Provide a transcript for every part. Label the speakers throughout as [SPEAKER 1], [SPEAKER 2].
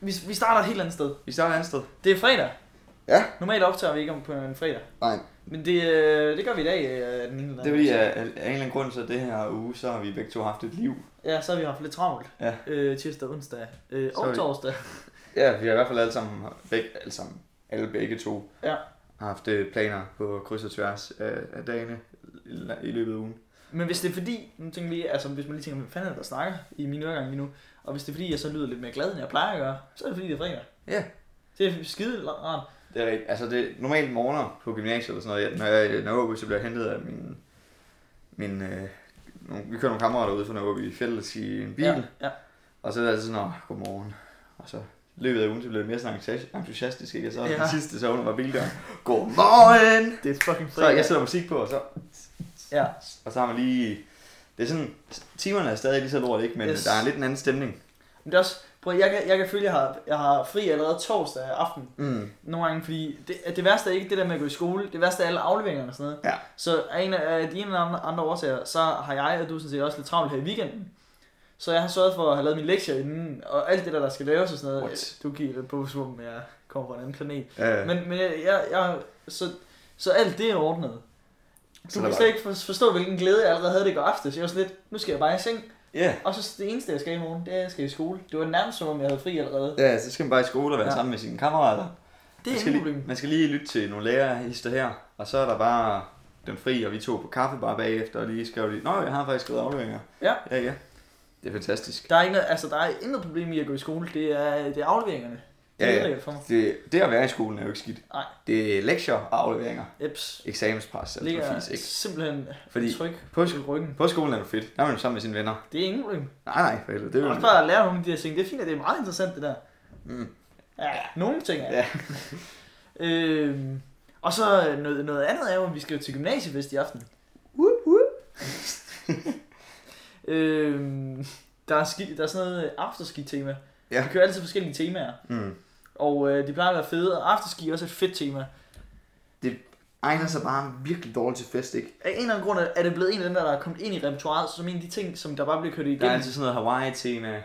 [SPEAKER 1] Vi, vi starter et helt andet sted.
[SPEAKER 2] Vi starter et andet sted.
[SPEAKER 1] Det er fredag.
[SPEAKER 2] Ja.
[SPEAKER 1] Normalt optager vi ikke om på en fredag.
[SPEAKER 2] Nej.
[SPEAKER 1] Men det, øh, det gør vi i dag. Øh, den ene eller
[SPEAKER 2] Det er
[SPEAKER 1] anden
[SPEAKER 2] fordi,
[SPEAKER 1] årsag.
[SPEAKER 2] at af en eller anden grund, så det her uge, så har vi begge to haft et liv.
[SPEAKER 1] Ja, så har vi haft lidt travlt.
[SPEAKER 2] Ja.
[SPEAKER 1] Øh, tirsdag, onsdag øh,
[SPEAKER 2] Så er
[SPEAKER 1] og
[SPEAKER 2] vi-
[SPEAKER 1] torsdag.
[SPEAKER 2] Ja, vi har i hvert fald alle sammen, begge, alle, sammen, alle begge to,
[SPEAKER 1] Ja.
[SPEAKER 2] har haft øh, planer på kryds og tværs af, af dagene i- i løbet af ugen.
[SPEAKER 1] Men hvis det er fordi, nu tænker vi, altså hvis man lige tænker, hvem fanden er det, der snakker i min øregang lige nu, og hvis det er fordi, jeg så lyder lidt mere glad, end jeg plejer at gøre, så er det fordi, det er fredag.
[SPEAKER 2] Ja.
[SPEAKER 1] Det er skide rart.
[SPEAKER 2] Det er rigtigt. Altså, det, normalt morgener på gymnasiet eller sådan noget, jeg, når jeg når Nørreby, så bliver jeg hentet af min... min øh, nogle, vi kører nogle kammerater ud fra Nørreby fælles i en bil, ja.
[SPEAKER 1] Ja, ja.
[SPEAKER 2] og så er det altid sådan, åh, godmorgen. Og så i løbet af ugen, så bliver det mere sådan entusias- entusiastisk, ikke? Og så
[SPEAKER 1] Ja.
[SPEAKER 2] ja. den sidste, så åbner bare bildøren. Godmorgen!
[SPEAKER 1] Det er fucking
[SPEAKER 2] Så
[SPEAKER 1] fredag.
[SPEAKER 2] jeg sætter musik på, og så,
[SPEAKER 1] Ja.
[SPEAKER 2] og så har man lige... Det er sådan, timerne er stadig lige så lort, ikke? Men
[SPEAKER 1] Yes.
[SPEAKER 2] yes. der er en lidt en anden stemning.
[SPEAKER 1] Men det er også, prøv, at- jeg, kan, jeg kan føle, at jeg har, jeg har fri allerede torsdag aften
[SPEAKER 2] Mm.
[SPEAKER 1] nogle gange, fordi det, det værste er ikke det der med at gå i skole, det værste er alle afleveringerne og sådan noget.
[SPEAKER 2] Ja.
[SPEAKER 1] Så af, en, af de ene eller andre, andre årsager, så har jeg og du sådan set også lidt travlt her i weekenden. Så jeg har sørget for at have lavet mine lektier inden, og alt det der, der skal laves og sådan noget.
[SPEAKER 2] What?
[SPEAKER 1] Du giver det på, som om jeg kommer fra en anden planet.
[SPEAKER 2] Øh,
[SPEAKER 1] Men, men jeg, jeg, jeg så, så alt det er ordnet.
[SPEAKER 2] Så
[SPEAKER 1] Du kan
[SPEAKER 2] der var-
[SPEAKER 1] slet ikke for- forstå, hvilken glæde jeg allerede havde det i går aftes. Jeg var sådan lidt, nu skal jeg bare i seng.
[SPEAKER 2] ja.
[SPEAKER 1] Og så det eneste, jeg skal i morgen, det er, at jeg skal i skole. Det var nærmest som om, jeg havde fri allerede.
[SPEAKER 2] Ja, så skal man bare i skole og være
[SPEAKER 1] Ja.
[SPEAKER 2] ja. sammen med sine kammerater.
[SPEAKER 1] Det er
[SPEAKER 2] man skal,
[SPEAKER 1] ingen
[SPEAKER 2] lige,
[SPEAKER 1] problem.
[SPEAKER 2] man skal lige lytte til nogle lærerhister her, og så er der bare den fri, og vi tog på kaffe bare bagefter, og lige skrev lige, Nå, jeg har faktisk skrevet afleveringer.
[SPEAKER 1] Ja.
[SPEAKER 2] Ja, ja. Det er fantastisk.
[SPEAKER 1] Der er, ikke, altså, der er intet problem i at gå i skole. Det er, det er afleveringerne. Det
[SPEAKER 2] Ja, ja.
[SPEAKER 1] er ja. for mig.
[SPEAKER 2] Det, det at være i skolen er jo ikke skidt.
[SPEAKER 1] Nej.
[SPEAKER 2] Det er lektier og afleveringer.
[SPEAKER 1] Eps.
[SPEAKER 2] Eksamenspres, eller
[SPEAKER 1] Ligger
[SPEAKER 2] Altså, præcis, ikke?
[SPEAKER 1] simpelthen
[SPEAKER 2] Fordi
[SPEAKER 1] tryk
[SPEAKER 2] på,
[SPEAKER 1] på ryggen.
[SPEAKER 2] på skolen er det fedt. Der er man jo sammen med sine venner.
[SPEAKER 1] Det er ingen problem.
[SPEAKER 2] Nej, nej, for helvede. Det
[SPEAKER 1] Det
[SPEAKER 2] er
[SPEAKER 1] er
[SPEAKER 2] jo...
[SPEAKER 1] også bare at lære nogle af de her ting. Det er fint, at det er meget interessant, det der.
[SPEAKER 2] Mm.
[SPEAKER 1] Ja, nogle ting er det.
[SPEAKER 2] Ja.
[SPEAKER 1] øhm, og så noget, noget andet er jo, at vi skal jo til gymnasiefest i aften. øhm, der, er ski, der er sådan noget øh, afterski-tema.
[SPEAKER 2] Ja.
[SPEAKER 1] Vi kører altid forskellige temaer.
[SPEAKER 2] Mm.
[SPEAKER 1] Og øh, de plejer at være fede, og afterski er også et fedt tema.
[SPEAKER 2] Egner sig bare virkelig dårligt til fest, ikke?
[SPEAKER 1] Af en eller anden grund er- er det blevet en af dem, der er kommet ind i repertoireet, som en af de ting, som der bare bliver kørt
[SPEAKER 2] Der er
[SPEAKER 1] igennem.
[SPEAKER 2] altid sådan noget Hawaii-tema,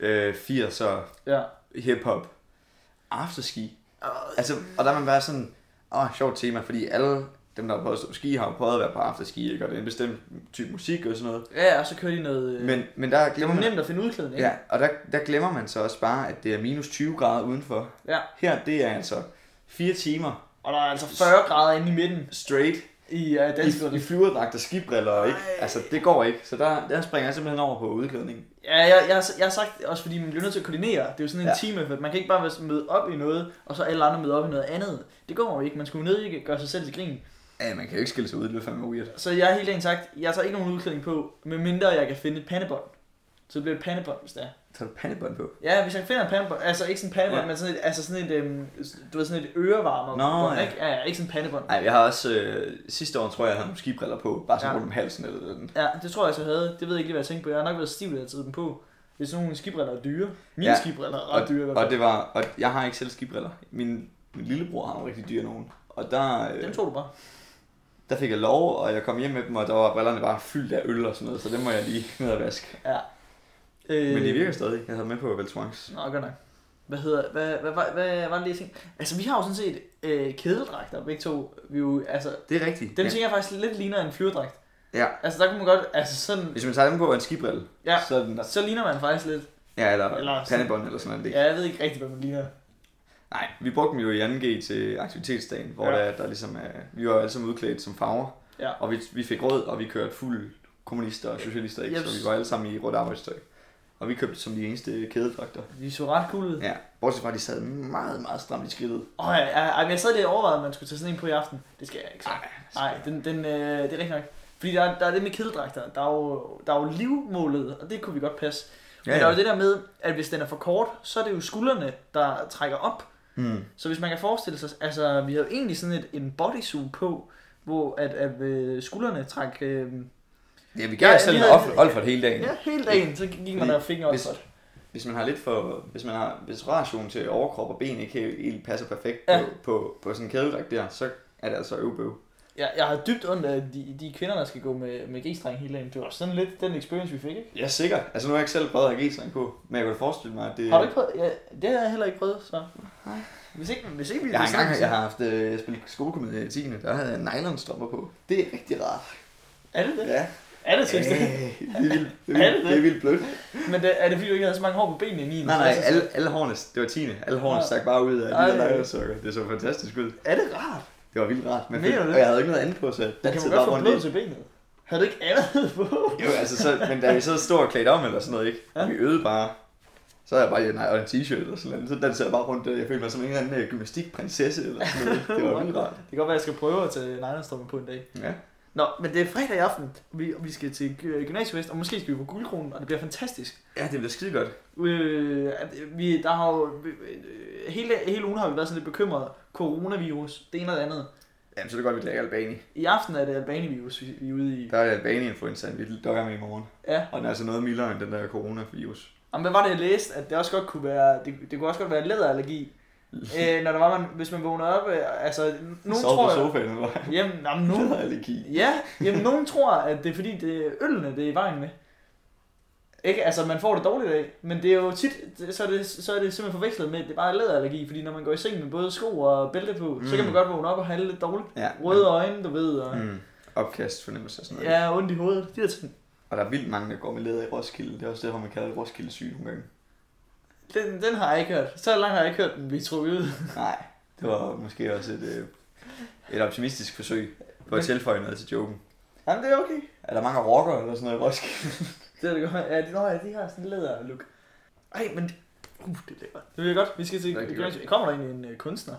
[SPEAKER 2] øh, 80'er,
[SPEAKER 1] Ja.
[SPEAKER 2] hip-hop, afterski.
[SPEAKER 1] Og-
[SPEAKER 2] Altså, og der er man bare sådan, åh, sjovt tema, fordi alle dem, der har prøvet at stå på ski, har jo prøvet at være på afterski, ikke? Og det er en bestemt type musik og sådan noget.
[SPEAKER 1] Ja, og så kører de noget... øh,
[SPEAKER 2] Men, men der
[SPEAKER 1] det er
[SPEAKER 2] glemmer man,
[SPEAKER 1] nemt at finde udklædning. ikke?
[SPEAKER 2] ja, og der, der glemmer man så også bare, at det er minus 20 grader udenfor.
[SPEAKER 1] Ja.
[SPEAKER 2] Her, det er altså fire timer
[SPEAKER 1] Og der er altså 40 grader inde i midten
[SPEAKER 2] straight
[SPEAKER 1] i uh, dansk
[SPEAKER 2] i, i flyverdragt og skibriller, ikke?
[SPEAKER 1] Ej.
[SPEAKER 2] Altså, det går ikke. Så der, der springer jeg simpelthen over på udklædning.
[SPEAKER 1] Ja, jeg, jeg, har s- jeg har sagt, også fordi man bliver nødt til at koordinere. Det er jo sådan en ja.
[SPEAKER 2] Ja.
[SPEAKER 1] time, for man kan ikke bare være sådan, møde op i noget, og så alle andre møde op i noget andet. Det går jo ikke. Man skulle jo nødt til at gøre sig selv til grin.
[SPEAKER 2] Ja, man kan jo ikke skille sig ud, det er fandme weird.
[SPEAKER 1] Så jeg har helt enkelt sagt, jeg tager ikke nogen udklædning på, medmindre jeg kan finde et pandebånd. Så det bliver et pandebånd, hvis det er.
[SPEAKER 2] Tag du pandebånd på?
[SPEAKER 1] Ja, hvis jeg finder et pandebånd, altså ikke sådan et pandebånd, ja.
[SPEAKER 2] Ja.
[SPEAKER 1] men sådan et, altså sådan et, øhm, du ved, sådan et ørevarmer.
[SPEAKER 2] Nå,
[SPEAKER 1] bånd,
[SPEAKER 2] ja.
[SPEAKER 1] Ikke? Ja, ja, ikke sådan et pandebånd.
[SPEAKER 2] Nej, jeg har også øh, sidste år, tror jeg, jeg havde nogle skibriller på, bare sådan
[SPEAKER 1] Ja.
[SPEAKER 2] ja. rundt om halsen eller sådan.
[SPEAKER 1] Ja, det tror jeg, så havde. Det ved jeg ikke lige, hvad jeg tænkte på. Jeg har nok været stiv, da jeg tager dem på. Hvis nogle skibriller er dyre. Mine ja.
[SPEAKER 2] Ja.
[SPEAKER 1] skibriller er ret dyre. i hvert fald.
[SPEAKER 2] Og det var, og jeg har ikke selv skibriller. Min, min lillebror har nogle rigtig dyre nogen. Og der,
[SPEAKER 1] Dem
[SPEAKER 2] øh,
[SPEAKER 1] tog du bare.
[SPEAKER 2] der fik jeg lov, og jeg kom hjem med dem, og der var brillerne bare fyldt af øl og sådan noget, så det må jeg lige ned og vaske.
[SPEAKER 1] Øh,
[SPEAKER 2] Men de virker stadig. Jeg havde med på Veltrangs.
[SPEAKER 1] Nå, godt nok. Hvad hedder, hvad, hvad, hvad, hvad var det lige ting? Altså, vi har jo sådan set øh, kædedragter, begge to. Vi er jo, altså,
[SPEAKER 2] Det er
[SPEAKER 1] dem
[SPEAKER 2] rigtigt. ja.
[SPEAKER 1] ja. tænker jeg faktisk lidt ligner en flyverdragt.
[SPEAKER 2] Ja.
[SPEAKER 1] Altså, der kunne man godt, altså sådan,
[SPEAKER 2] Hvis man tager dem på og en skibrille,
[SPEAKER 1] Ja.
[SPEAKER 2] så er den der.
[SPEAKER 1] så ligner man faktisk lidt.
[SPEAKER 2] Ja, eller,
[SPEAKER 1] Eller
[SPEAKER 2] eller
[SPEAKER 1] sådan-
[SPEAKER 2] pandebånd eller sådan noget.
[SPEAKER 1] Ja, jeg ved ikke rigtigt, hvad man ligner.
[SPEAKER 2] Nej, vi brugte dem jo i 2G til aktivitetsdagen, hvor
[SPEAKER 1] Ja.
[SPEAKER 2] ja. der, der ligesom er, vi var jo alle sammen udklædt som farver.
[SPEAKER 1] Ja.
[SPEAKER 2] Og vi, vi fik rød, og vi kørte fuld kommunister og socialister, ikke?
[SPEAKER 1] Jeps.
[SPEAKER 2] så vi var alle sammen i rødt arbejdstøj. Og vi købte som de eneste kædedragter.
[SPEAKER 1] De så ret cool ud.
[SPEAKER 2] Ja, bortset fra, at de sad meget, meget stramt i skridtet.
[SPEAKER 1] Åh, oh, jeg, jeg, jeg, jeg sad lige og overvejede, at man skulle tage sådan en på i aften. Det skal jeg ikke.
[SPEAKER 2] Ej, altså.
[SPEAKER 1] Nej, den, den, øh, det er rigtigt nok. Fordi der, er- der er det med kedeldragter. Der er, jo, der er jo livmålet, og det kunne vi godt passe. Men
[SPEAKER 2] Ja,
[SPEAKER 1] der er
[SPEAKER 2] ja.
[SPEAKER 1] jo det der med, at hvis den er for kort, så er det jo skuldrene, der trækker op.
[SPEAKER 2] Mm.
[SPEAKER 1] Så hvis man kan forestille sig, altså vi havde jo egentlig sådan et, en bodysuit på, hvor at, at øh, skuldrene trak øh,
[SPEAKER 2] Ja, vi
[SPEAKER 1] Ja,
[SPEAKER 2] gav ja, selv
[SPEAKER 1] vi
[SPEAKER 2] en
[SPEAKER 1] havde-
[SPEAKER 2] offer, for hele dagen.
[SPEAKER 1] ja, hele dagen, så gik man
[SPEAKER 2] Fordi
[SPEAKER 1] der og fik en
[SPEAKER 2] hvis-
[SPEAKER 1] opfart.
[SPEAKER 2] Hvis man har lidt for, hvis man har, hvis rationen til overkrop og ben ikke helt, helt passer perfekt
[SPEAKER 1] Ja.
[SPEAKER 2] ja. på, på, på, sådan en kædedragt der, så er det altså øvbøv.
[SPEAKER 1] Jeg, jeg har dybt ondt af de, de kvinder, der skal gå med, med g-streng hele dagen. Det var sådan lidt den experience, vi fik, ikke?
[SPEAKER 2] Ja, sikkert. Altså nu har jeg ikke selv prøvet at have g-streng på, men jeg kunne da forestille mig, at det...
[SPEAKER 1] Har du ikke prøvet? Ja, det har jeg heller ikke prøvet, så...
[SPEAKER 2] Nej.
[SPEAKER 1] Hvis ikke, hvis ikke vi...
[SPEAKER 2] Jeg har
[SPEAKER 1] hvis ikke
[SPEAKER 2] engang
[SPEAKER 1] vi-
[SPEAKER 2] jeg har haft, øh, jeg spillet skolekomedie i 10. Der havde jeg nylonstrømper på. Det er rigtig rart.
[SPEAKER 1] Er det det?
[SPEAKER 2] Ja.
[SPEAKER 1] Er det
[SPEAKER 2] Øh,
[SPEAKER 1] trist? det?
[SPEAKER 2] det, er vildt, det, er
[SPEAKER 1] Er
[SPEAKER 2] vildt,
[SPEAKER 1] det det?
[SPEAKER 2] det er vildt blødt.
[SPEAKER 1] Men det, er det fordi, du ikke havde så mange hår på benene i 9.
[SPEAKER 2] Nej, nej, alle, alle hårene, det var 10. Alle hårene
[SPEAKER 1] Ja.
[SPEAKER 2] stak bare ud af
[SPEAKER 1] Ej.
[SPEAKER 2] de der nylonstrømper. Det så fantastisk ud.
[SPEAKER 1] Er det rart?
[SPEAKER 2] Det var vildt rart. Men
[SPEAKER 1] Mener du det?
[SPEAKER 2] fedt. Og jeg havde ikke noget andet på, så jeg
[SPEAKER 1] Det kan
[SPEAKER 2] dansede
[SPEAKER 1] man
[SPEAKER 2] bare
[SPEAKER 1] godt få
[SPEAKER 2] rundt
[SPEAKER 1] blod
[SPEAKER 2] i.
[SPEAKER 1] til benet. Havde du ikke andet på?
[SPEAKER 2] Jo, altså, så, men da vi så stod og klædt om eller sådan noget, ikke?
[SPEAKER 1] Ja.
[SPEAKER 2] Ja. Vi øvede bare. Så havde jeg bare nej, og en t-shirt eller sådan noget. Så dansede jeg bare rundt der. Jeg følte mig som en eller anden øh, gymnastikprinsesse eller sådan noget. Det var vildt rart.
[SPEAKER 1] Det kan godt være, jeg skal prøve at tage nylonstrømper på en dag.
[SPEAKER 2] Ja.
[SPEAKER 1] Nå, men det er fredag i aften, og vi, og vi skal til gy- gymnasiefest, og måske skal vi på guldkronen, og det bliver fantastisk.
[SPEAKER 2] Ja, det bliver skide godt.
[SPEAKER 1] Øh, at vi, der har jo, øh, hele, hele ugen har vi været sådan lidt bekymrede. Coronavirus, det ene og det andet.
[SPEAKER 2] Jamen, så er det godt, vi drikker Albani.
[SPEAKER 1] I aften er det albanivirus, vi, vi er ude i.
[SPEAKER 2] Der er Albani-influenzaen, vi døjer med i morgen.
[SPEAKER 1] Ja.
[SPEAKER 2] Og den er altså noget mildere end den der coronavirus.
[SPEAKER 1] Jamen, hvad var det, jeg læste? At det også godt kunne være, det, det kunne også godt være læderallergi. øh, når der var man, hvis man vågner op, øh, altså, nogen
[SPEAKER 2] Sov
[SPEAKER 1] tror,
[SPEAKER 2] på sofaen, eller hvad?
[SPEAKER 1] jamen, jamen,
[SPEAKER 2] Nu
[SPEAKER 1] nogen,
[SPEAKER 2] har allergi.
[SPEAKER 1] Ja, jamen nogen tror, at det er fordi, det er ølene, det er i vejen med. Ikke? Altså, man får det dårligt af, men det er jo tit, det- så er det, så er det simpelthen forvekslet med, at det bare er læderallergi, fordi når man går i seng med både sko og bælte på, mm. så kan man
[SPEAKER 2] Mm.
[SPEAKER 1] godt vågne op og have det lidt dårligt.
[SPEAKER 2] Ja.
[SPEAKER 1] Røde øjne, du ved, og mm.
[SPEAKER 2] Mm. Opkast fornemmelse og sådan noget.
[SPEAKER 1] ja, ondt i hovedet, de der ting.
[SPEAKER 2] Og der er vildt mange, der går med læder i Roskilde. Det er også derfor, man kalder det Roskilde syge nogle gange.
[SPEAKER 1] Den, den har jeg ikke hørt. Så langt har jeg ikke hørt den blive trukket ud.
[SPEAKER 2] Nej, det var måske også et, øh, et optimistisk forsøg på at
[SPEAKER 1] Men-
[SPEAKER 2] tilføje noget til joken.
[SPEAKER 1] Jamen, det er okay.
[SPEAKER 2] Er der mange rockere eller sådan noget i Roskilde?
[SPEAKER 1] Det er det godt. Ja, de, nå, ja, de har sådan en læderlook. Ej, men... Uh, det er lækkert. Det bliver godt. Vi skal til...
[SPEAKER 2] Rigtig godt.
[SPEAKER 1] Kommer der egentlig en øh, kunstner?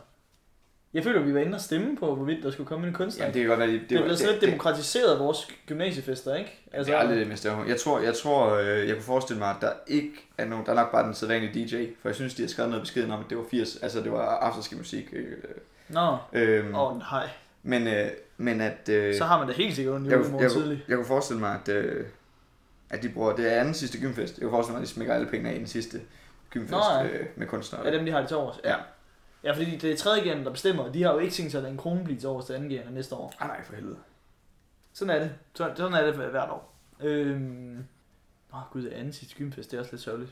[SPEAKER 1] Jeg føler, vi var inde og stemme på, hvorvidt der skulle komme en kunstner.
[SPEAKER 2] Jamen, det kan godt være, det, det,
[SPEAKER 1] Det er
[SPEAKER 2] var-
[SPEAKER 1] blevet sådan lidt demokratiseret vores gymnasiefester, ikke?
[SPEAKER 2] Altså, det er aldrig det, Mr. Home. Jeg tror, jeg, tror øh, jeg kunne forestille mig, at der ikke er nogen... Der er nok bare den sædvanlige DJ, for jeg synes, de har skrevet noget beskeden om, at det var 80... Altså, det var afterski musik. Øh,
[SPEAKER 1] Nå,
[SPEAKER 2] øh,
[SPEAKER 1] åh oh, nej.
[SPEAKER 2] men, øh, men at... Øh,
[SPEAKER 1] Så har man da helt sikkert en
[SPEAKER 2] jeg, kunne-
[SPEAKER 1] julemorgen
[SPEAKER 2] jeg, kunne-
[SPEAKER 1] tidlig.
[SPEAKER 2] jeg, kunne forestille mig, at, øh, at de bruger... Det er anden sidste gymfest. Jeg kunne forestille mig, at de smækker alle pengene af i den sidste gymfest
[SPEAKER 1] Nå, ja.
[SPEAKER 2] øh, med kunstnere.
[SPEAKER 1] Er dem, de har det til års?
[SPEAKER 2] Ja.
[SPEAKER 1] Ja, fordi det er tredje gen, der bestemmer, og de har jo ikke tænkt sig at lade en krone blive til års til anden gen næste år.
[SPEAKER 2] Ah, nej, for helvede.
[SPEAKER 1] Sådan er det. Sådan, sådan er det hvert år. Øhm... Åh oh, gud, anden sidste gymfest, det er også lidt sørgeligt.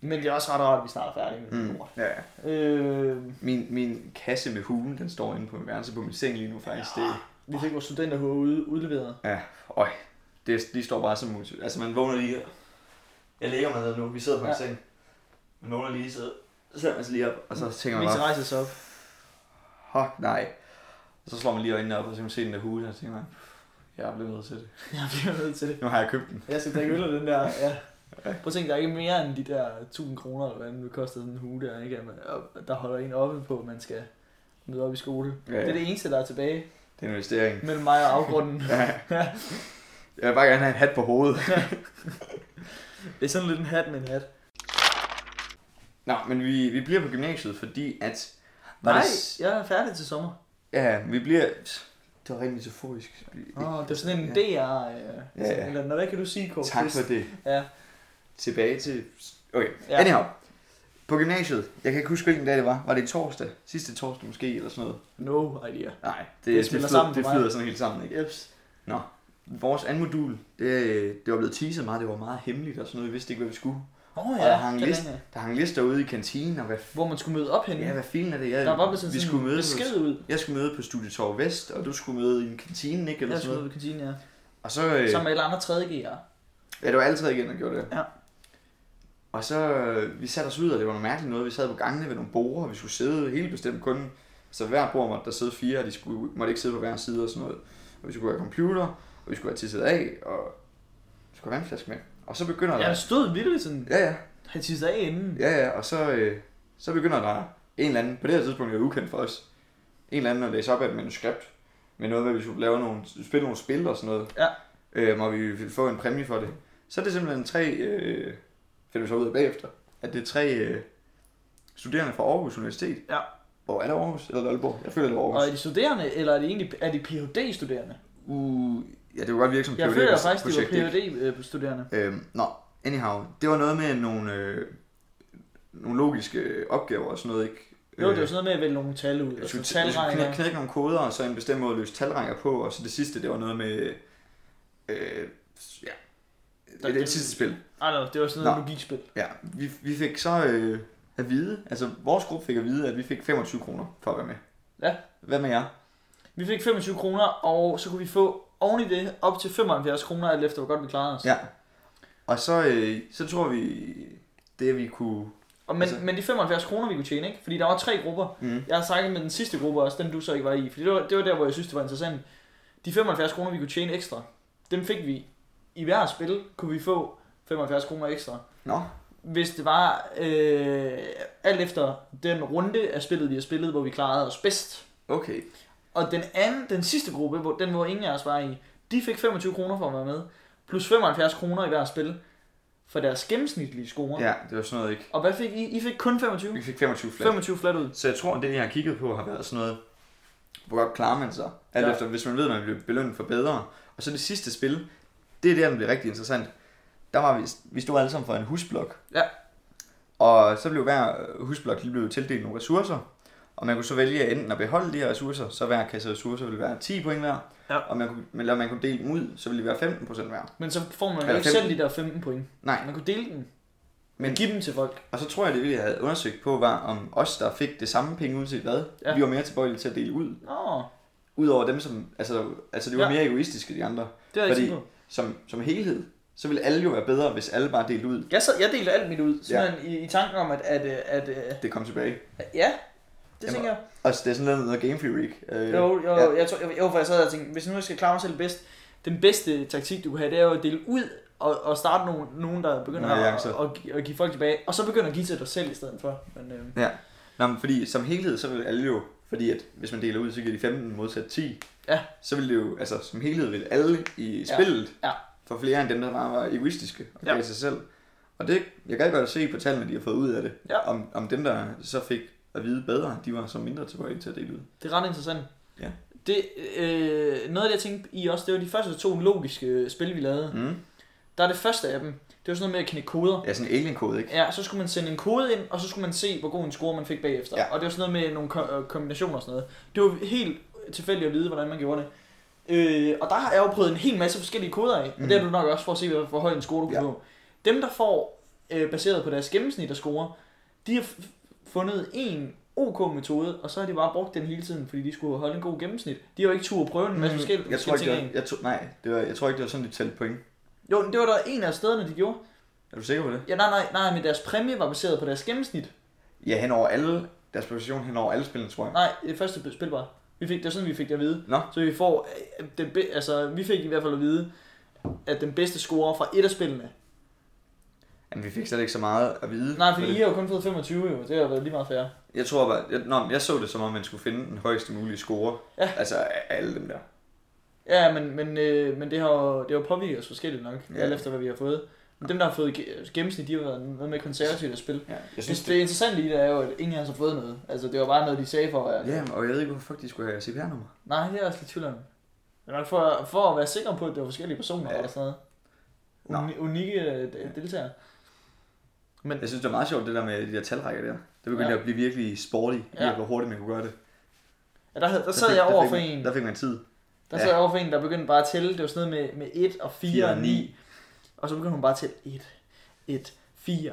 [SPEAKER 1] Men det er også ret rart, at vi snart er færdige med det
[SPEAKER 2] Mm.
[SPEAKER 1] lort.
[SPEAKER 2] Ja, ja.
[SPEAKER 1] Øhm...
[SPEAKER 2] Min, min kasse med hulen, den står inde på min værelse på min seng lige nu faktisk. Ja. Det,
[SPEAKER 1] Vi fik vores studenter ude, udleveret.
[SPEAKER 2] Ja, øj. Det, de står bare som motiv. Altså, man vågner lige her. Jeg lægger mig ned nu. Vi sidder på en
[SPEAKER 1] Ja.
[SPEAKER 2] ja. seng. Man vågner lige, så sætter man sig lige op. Og så tænker man
[SPEAKER 1] Mens
[SPEAKER 2] bare,
[SPEAKER 1] rejser sig op.
[SPEAKER 2] fuck Mm. nej. Og så slår man lige øjnene op, og så kan man se den der hule, og så tænker man, jeg bliver nødt til det.
[SPEAKER 1] Jeg bliver nødt til det.
[SPEAKER 2] Nu har jeg købt den.
[SPEAKER 1] Jeg skal drikke øl af den der, ja. Prøv at tænke, der er ikke mere end de der 1000 kroner, eller hvad den koster sådan en hue der, ikke? Jamen, og Der holder en oppe på, at man skal møde op i skole.
[SPEAKER 2] Ja, ja.
[SPEAKER 1] Det er det eneste, der er tilbage
[SPEAKER 2] Det er en investering.
[SPEAKER 1] mellem mig og afgrunden.
[SPEAKER 2] Jeg vil bare gerne have en hat på hovedet.
[SPEAKER 1] Det er sådan lidt en hat med en hat.
[SPEAKER 2] Nå, men vi, vi bliver på gymnasiet, fordi at... var
[SPEAKER 1] Nej,
[SPEAKER 2] det s-
[SPEAKER 1] jeg er færdig til sommer.
[SPEAKER 2] Ja, vi bliver... Det var rent metaforisk.
[SPEAKER 1] Åh, oh, det er sådan en
[SPEAKER 2] Ja.
[SPEAKER 1] DR... Øh,
[SPEAKER 2] Ja,
[SPEAKER 1] sådan
[SPEAKER 2] ja.
[SPEAKER 1] en- Nå, hvad kan du sige, Kåre?
[SPEAKER 2] Tak for det.
[SPEAKER 1] Ja.
[SPEAKER 2] Tilbage til... Okay,
[SPEAKER 1] Ja.
[SPEAKER 2] ja. anyhow. På gymnasiet, jeg kan ikke huske, hvilken dag det var. Var det i torsdag? Sidste torsdag måske, eller sådan noget?
[SPEAKER 1] No idea.
[SPEAKER 2] Nej,
[SPEAKER 1] Det
[SPEAKER 2] det, det,
[SPEAKER 1] spiller
[SPEAKER 2] flyder,
[SPEAKER 1] sammen
[SPEAKER 2] sammen
[SPEAKER 1] for
[SPEAKER 2] det
[SPEAKER 1] mig.
[SPEAKER 2] flyder sådan helt sammen, ikke?
[SPEAKER 1] Jeps.
[SPEAKER 2] Vores anden modul, det, det var blevet teaset meget, det var meget hemmeligt og sådan noget. Vi vidste ikke, hvad vi skulle.
[SPEAKER 1] Åh oh,
[SPEAKER 2] Og
[SPEAKER 1] ja,
[SPEAKER 2] der hang
[SPEAKER 1] det
[SPEAKER 2] liste.
[SPEAKER 1] ringer.
[SPEAKER 2] Der hang lister ude i kantinen, og hvad, f-
[SPEAKER 1] Hvor man skulle møde op henne.
[SPEAKER 2] ja, hvad filen er det? Jeg,
[SPEAKER 1] der var bare sådan
[SPEAKER 2] vi
[SPEAKER 1] sådan
[SPEAKER 2] skulle
[SPEAKER 1] en
[SPEAKER 2] møde
[SPEAKER 1] besked
[SPEAKER 2] på,
[SPEAKER 1] ud.
[SPEAKER 2] jeg skulle møde på Studietorv Vest, og du skulle møde i en kantine, ikke? Eller
[SPEAKER 1] Jeg
[SPEAKER 2] sådan
[SPEAKER 1] skulle
[SPEAKER 2] noget.
[SPEAKER 1] møde ved kantinen, ja.
[SPEAKER 2] Og så, øh,
[SPEAKER 1] Sammen med alle andre 3.G'ere.
[SPEAKER 2] Ja, det var alle tre igen, der gjorde det.
[SPEAKER 1] Ja.
[SPEAKER 2] Og så, øh, vi satte os ud, og det var noget mærkeligt noget. Vi sad på gangene ved nogle borer, og vi skulle sidde helt bestemt kun. Så hver bord måtte der sidde fire, og de skulle, måtte ikke sidde på hver side og sådan noget. Og vi skulle have computer, og vi skulle have tisset af, og vi skulle have vandflaske med. Og så begynder
[SPEAKER 1] Jeg
[SPEAKER 2] der...
[SPEAKER 1] stod vildt sådan,
[SPEAKER 2] Ja, ja,
[SPEAKER 1] har jeg tisset af inden?
[SPEAKER 2] ja, ja, og så, øh, så begynder der en eller anden, på det her tidspunkt er det ukendt for os, en eller anden at læse op af et manuskript, med noget, hvad vi skulle lave nogle, spille nogle spil og sådan noget.
[SPEAKER 1] Ja.
[SPEAKER 2] Øh, må vi ville få en præmie for det. Så er det simpelthen tre, øh, finder vi så ud af bagefter, at det er tre øh, studerende fra Aarhus Universitet.
[SPEAKER 1] Ja.
[SPEAKER 2] Hvor er det Aarhus? Eller Aalborg? Jeg føler, det var
[SPEAKER 1] Og er
[SPEAKER 2] Aarhus.
[SPEAKER 1] de studerende, eller er de egentlig er de PhD-studerende?
[SPEAKER 2] Uh, ja, det kunne godt virke som
[SPEAKER 1] Jeg
[SPEAKER 2] PhD
[SPEAKER 1] føler faktisk, de var øh,
[SPEAKER 2] projekt, ikke?
[SPEAKER 1] PhD-studerende.
[SPEAKER 2] Øhm, nå, anyhow, det var noget med nogle, øh, nogle logiske opgaver og sådan noget, ikke?
[SPEAKER 1] Jo, det er jo sådan noget med at vælge nogle tal ud.
[SPEAKER 2] Jeg skulle,
[SPEAKER 1] Altså,
[SPEAKER 2] t- jeg skulle knække,
[SPEAKER 1] talrækker.
[SPEAKER 2] knække nogle koder, og så en bestemt måde at løse talrækker på, og så det sidste, det var noget med... Øh, ja, det er
[SPEAKER 1] det-
[SPEAKER 2] et sidste spil.
[SPEAKER 1] Ej, no, det var sådan noget
[SPEAKER 2] Nå.
[SPEAKER 1] logikspil.
[SPEAKER 2] Ja, vi, vi fik så øh, at vide, altså vores gruppe fik at vide, at vi fik 25 kroner for at være med.
[SPEAKER 1] Ja.
[SPEAKER 2] Hvad med jer?
[SPEAKER 1] Vi fik 25 kroner, og så kunne vi få oven i det op til 75 kroner, alt efter hvor godt vi klarede os.
[SPEAKER 2] Ja. Og så, øh, så tror vi, det vi kunne...
[SPEAKER 1] Og men, altså...
[SPEAKER 2] Altså-
[SPEAKER 1] men de 75 kroner, vi kunne tjene, ikke? Fordi der var tre grupper.
[SPEAKER 2] Mm.
[SPEAKER 1] Jeg har snakket med den sidste gruppe også, den du så ikke var i. Fordi det var, det var der, hvor jeg synes, det var interessant. De 75 kroner, vi kunne tjene ekstra, dem fik vi. I hver spil kunne vi få 75 kroner ekstra.
[SPEAKER 2] Nå,
[SPEAKER 1] Hvis det var øh, alt efter den runde af spillet, vi har spillet, hvor vi klarede os bedst.
[SPEAKER 2] okay.
[SPEAKER 1] Og den anden, den sidste gruppe, hvor, den hvor ingen af os var i, de fik 25 kroner for at være med. Plus 75 kroner i hver spil for deres gennemsnitlige score.
[SPEAKER 2] Ja, det var sådan noget, ikke?
[SPEAKER 1] Og hvad fik I? I fik kun 25?
[SPEAKER 2] Vi fik 25 flat.
[SPEAKER 1] 25 flat ud.
[SPEAKER 2] Så jeg tror, det, jeg har kigget på, har været sådan noget, hvor godt klarer man sig. Alt
[SPEAKER 1] Ja.
[SPEAKER 2] ja. efter, hvis man ved, at man bliver belønnet for bedre. Og så det sidste spil, det er der, den bliver rigtig interessant. Der var vi, vi stod alle sammen for en husblok.
[SPEAKER 1] Ja.
[SPEAKER 2] Og så blev hver øh, husblok lige blevet tildelt nogle ressourcer. Og man kunne så vælge enten at beholde de her ressourcer, så hver kasse ressourcer ville være 10 point hver.
[SPEAKER 1] Ja.
[SPEAKER 2] Og man kunne, eller man kunne dele dem ud, så ville det være 15% hver.
[SPEAKER 1] Men så får man jo
[SPEAKER 2] Eller
[SPEAKER 1] ikke
[SPEAKER 2] 15.
[SPEAKER 1] selv de der 15 point.
[SPEAKER 2] Nej,
[SPEAKER 1] Man kunne dele dem. Men
[SPEAKER 2] Men-
[SPEAKER 1] give dem til folk.
[SPEAKER 2] Og så tror jeg, det vi havde undersøgt på, var om os, der fik det samme penge uanset hvad,
[SPEAKER 1] Ja.
[SPEAKER 2] ja. vi var mere tilbøjelige til at dele ud.
[SPEAKER 1] Nå,
[SPEAKER 2] Udover dem, som... Altså, altså det var
[SPEAKER 1] Ja.
[SPEAKER 2] ja. mere egoistiske, de andre.
[SPEAKER 1] det har jeg ikke
[SPEAKER 2] Fordi-
[SPEAKER 1] tænkt på.
[SPEAKER 2] Som, som helhed, så ville alle jo være bedre, hvis alle bare delte ud.
[SPEAKER 1] Jeg, sad, jeg delte alt mit ud, simpelthen ja. i, i tanken om, at, at, øh, at, at,
[SPEAKER 2] Det kom tilbage.
[SPEAKER 1] at ja, det
[SPEAKER 2] Jamen,
[SPEAKER 1] tænker jeg.
[SPEAKER 2] Og så det er sådan noget, noget Game Freak. Øh,
[SPEAKER 1] Jo, jo,
[SPEAKER 2] ja.
[SPEAKER 1] jeg, tror, jeg, jo, for jeg sad og tænkte, hvis nu jeg skal klare mig selv bedst, den bedste taktik, du kan have, det er jo at dele ud og, og starte nogen, nogen der begynder
[SPEAKER 2] Nogle
[SPEAKER 1] at,
[SPEAKER 2] alliancer.
[SPEAKER 1] at, at, give- at, give folk tilbage, og så begynder at give til dig selv i stedet for. Men, øh,
[SPEAKER 2] Nå, men fordi som helhed, så ville alle jo... Fordi at hvis man deler ud, så giver de 15 modsat 10.
[SPEAKER 1] Ja.
[SPEAKER 2] Så ville det jo... Altså, som helhed ville alle i
[SPEAKER 1] Ja.
[SPEAKER 2] spillet...
[SPEAKER 1] Ja.
[SPEAKER 2] For flere end dem, der bare var egoistiske og
[SPEAKER 1] Ja.
[SPEAKER 2] gav sig selv. Og det, jeg kan godt se på tallene, de har fået ud af det.
[SPEAKER 1] Ja.
[SPEAKER 2] Om, om dem, der så fik at vide bedre, de var så mindre tilbøjelige til at dele ud.
[SPEAKER 1] det er ret interessant.
[SPEAKER 2] Ja.
[SPEAKER 1] Det, øh, noget af det, jeg tænkte i også, det var de første to logiske øh, spil, vi lavede.
[SPEAKER 2] Mm.
[SPEAKER 1] Der er det første af dem, det var sådan noget med at knække koder.
[SPEAKER 2] Ja, sådan en alien-kode, ikke?
[SPEAKER 1] Ja, så skulle man sende en kode ind, og så skulle man se, hvor god en score man fik bagefter. Ja.
[SPEAKER 2] Ja.
[SPEAKER 1] Og det var sådan noget med nogle ko- øh, kombinationer og sådan noget. Det var helt tilfældigt at vide, hvordan man gjorde det. Øh, og der har jeg jo prøvet en hel masse forskellige koder af, mm. og
[SPEAKER 2] Mhm.
[SPEAKER 1] det har du nok også for at se, hvor- hvor høj en score du kan
[SPEAKER 2] Ja.
[SPEAKER 1] få. Dem, der får øh, baseret på deres gennemsnit af score, de har f- fundet en OK metode, og så har de bare brugt den hele tiden, fordi de skulle holde en god gennemsnit. De har jo ikke tur at prøve en masse forskellige,
[SPEAKER 2] Mm, Øh, jeg tror ikke,
[SPEAKER 1] forskellige
[SPEAKER 2] det
[SPEAKER 1] ting
[SPEAKER 2] var, jeg tror, nej, det var, jeg tror ikke, det var sådan, de talte point.
[SPEAKER 1] af. Jo, det var der en af stederne, de gjorde.
[SPEAKER 2] Er du sikker på det?
[SPEAKER 1] Ja, nej, nej, nej, men deres præmie var baseret på deres gennemsnit.
[SPEAKER 2] Ja, hen over alle, deres position hen over alle spillene, tror jeg.
[SPEAKER 1] Nej, det første spil bare. Vi fik, det er sådan, vi fik det at vide.
[SPEAKER 2] Nå.
[SPEAKER 1] Så vi får, øh, den be, altså, vi fik i hvert fald at vide, at den bedste score fra et af spillene.
[SPEAKER 2] Jamen, vi fik slet ikke så meget at vide.
[SPEAKER 1] Nej,
[SPEAKER 2] på
[SPEAKER 1] fordi I
[SPEAKER 2] Mm. det.
[SPEAKER 1] har jo kun fået 25, jo. Det har været lige meget fair.
[SPEAKER 2] Jeg tror bare, jeg, nå, men jeg så det som om, man skulle finde den højeste mulige score.
[SPEAKER 1] Ja.
[SPEAKER 2] Altså, af alle dem der.
[SPEAKER 1] Ja, men, men, øh, men det har jo, det har jo påvirket os forskelligt nok, ja.
[SPEAKER 2] Ja.
[SPEAKER 1] alt efter hvad vi har fået. Men dem, der har fået ge- gennemsnit, de har været noget med konservativt at spille.
[SPEAKER 2] Ja, jeg synes
[SPEAKER 1] Det,
[SPEAKER 2] det.
[SPEAKER 1] det interessante i det er jo, at ingen af os har fået noget. Altså, det var bare noget, de sagde for at...
[SPEAKER 2] Ja, og jeg ved ikke, hvorfor fuck de skulle have CPR-nummer.
[SPEAKER 1] Nej, det er jeg også lidt i tvivl om. Men nok for, for at være sikker på, at det var forskellige personer ja.
[SPEAKER 2] Ja.
[SPEAKER 1] eller sådan
[SPEAKER 2] Nå.
[SPEAKER 1] noget. Uni, unikke øh, de- deltagere. Men
[SPEAKER 2] Jeg synes, det var meget sjovt, det der med de der talrækker der. Det begyndte
[SPEAKER 1] Ja.
[SPEAKER 2] ja. at blive virkelig sporty, i
[SPEAKER 1] Ja.
[SPEAKER 2] hvor hurtigt man kunne gøre det.
[SPEAKER 1] Ja, der, havde- der
[SPEAKER 2] Der
[SPEAKER 1] sad
[SPEAKER 2] fik-
[SPEAKER 1] jeg
[SPEAKER 2] der
[SPEAKER 1] over
[SPEAKER 2] fik
[SPEAKER 1] for
[SPEAKER 2] man-
[SPEAKER 1] en,
[SPEAKER 2] Der fik man tid.
[SPEAKER 1] der
[SPEAKER 2] ja.
[SPEAKER 1] sad jeg over for en, der begyndte bare at tælle. Det var sådan noget med, med 1 og 4 og 9. Og så begyndte hun bare at tælle 1, 1, 4,